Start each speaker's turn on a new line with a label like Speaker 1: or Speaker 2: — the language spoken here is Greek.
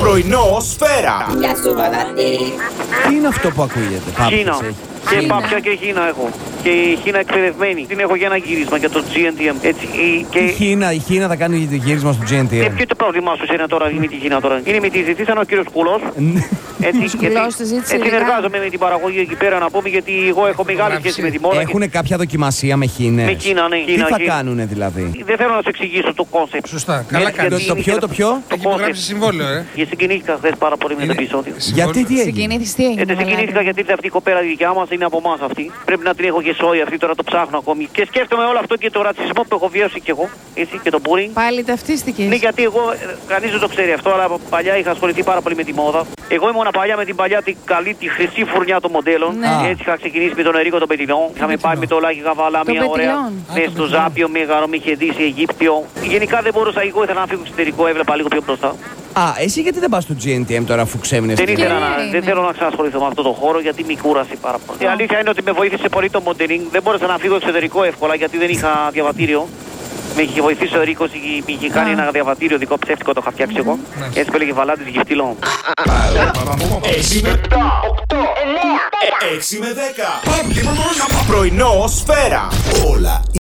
Speaker 1: πρωινό σφαίρα.
Speaker 2: Γεια σου, Βαγαντή.
Speaker 3: Τι είναι αυτό που ακούγεται, Πάμε.
Speaker 4: Χίνα. Και
Speaker 2: Χίνα.
Speaker 4: πάπια και χίνα έχω. Και η χίνα εκπαιδευμένη. Την έχω για ένα γύρισμα για το GNTM. Έτσι. η-
Speaker 3: Η
Speaker 4: Και...
Speaker 3: Χίνα, η Χίνα θα κάνει το γύρισμα στο
Speaker 4: Και
Speaker 3: GNTM.
Speaker 4: Ε, ποιο το πρόβλημά σου σένα τώρα με τη Χίνα τώρα. Είναι με τη ζητήσαν ο κύριος Κουλός.
Speaker 3: Ναι.
Speaker 4: Έτσι,
Speaker 5: Κουλός τη ζήτησε
Speaker 4: έτσι
Speaker 5: ειδικά.
Speaker 4: συνεργάζομαι με την παραγωγή εκεί πέρα να πούμε γιατί εγώ έχω μεγάλη σχέση με τη μόδα. και-
Speaker 3: Έχουν κάποια δοκιμασία με Χίνες.
Speaker 4: Με Χίνα, ναι,
Speaker 3: Τι
Speaker 4: Χίνα,
Speaker 3: θα
Speaker 4: Χίνα.
Speaker 3: κάνουνε δηλαδή.
Speaker 4: Δεν θέλω να σου εξηγήσω το κόνσεπτ.
Speaker 6: Σωστά. Καλά
Speaker 4: Ναι, Γιατί-
Speaker 6: κάνεις.
Speaker 3: Το- το ποιο, το ποιο?
Speaker 4: Το
Speaker 6: Έχει υπογράψει
Speaker 4: κόνσεπτ.
Speaker 6: συμβόλαιο, ε.
Speaker 4: Και συγκινήθηκα χθες πάρα πολύ με το
Speaker 6: Είναι-
Speaker 4: επεισόδιο.
Speaker 6: Συμβόλαιο.
Speaker 3: Γιατί τι έγινε.
Speaker 5: Συγκινήθηκες, τι έγινε.
Speaker 4: Ε, δεν
Speaker 5: μαλάκα.
Speaker 4: συγκινήθηκα γιατί ήρθε αυτή η κοπέλα η δικιά μας, είναι από εμάς αυτή. Πρέπει να την έχω και σόη αυτή, τώρα το ψάχνω ακόμη. Και σκέφτομαι όλο αυτό και το ρατσισμό που έχω βιώσει κι εγώ, έτσι, και το bullying.
Speaker 5: Πάλι ταυτίστηκες.
Speaker 4: Ναι, γιατί εγώ, κανείς δεν το ξέρει αυτό, αλλά από παλιά είχα ασχοληθεί πάρα πολύ με τη μόδα. Εγώ ήμουν παλιά με την παλιά, την καλή, τη χρυσή φουρνιά των μοντέλων.
Speaker 5: Ναι.
Speaker 4: Έτσι είχα ξεκινήσει με τον Ερίκο τον Πετινό. Είχαμε πάει με το Λάκη Καβάλα,
Speaker 5: Τον
Speaker 4: μια ωραία.
Speaker 5: Πετεινό.
Speaker 4: Ναι, στο Ζάπιο, Μέγαρο, με είχε δει Αιγύπτιο. Γενικά δεν μπορούσα, εγώ ήθελα να φύγω εξωτερικό, έβλεπα λίγο πιο μπροστά.
Speaker 3: Α, εσύ γιατί δεν πας στο GNTM τώρα αφού ξέμεινες
Speaker 4: Δεν, ήθελα να,
Speaker 5: είναι.
Speaker 4: δεν θέλω να ξανασχοληθώ με αυτό το χώρο γιατί με κούρασε πάρα πολύ. Η αλήθεια είναι ότι με βοήθησε πολύ το μοντελινγκ. Δεν μπόρεσα να φύγω εξωτερικό εύκολα γιατί δεν είχα διαβατήριο. Με είχε βοηθήσει ο Ρίκο, με είχε κάνει ένα διαβατήριο δικό ψεύτικο, το είχα φτιάξει εγώ. Έτσι που έλεγε Βαλάντη Γιφτιλό.
Speaker 1: 6 με 8, 8, 9, 6 με 10. Πρωινό σφαίρα. Όλα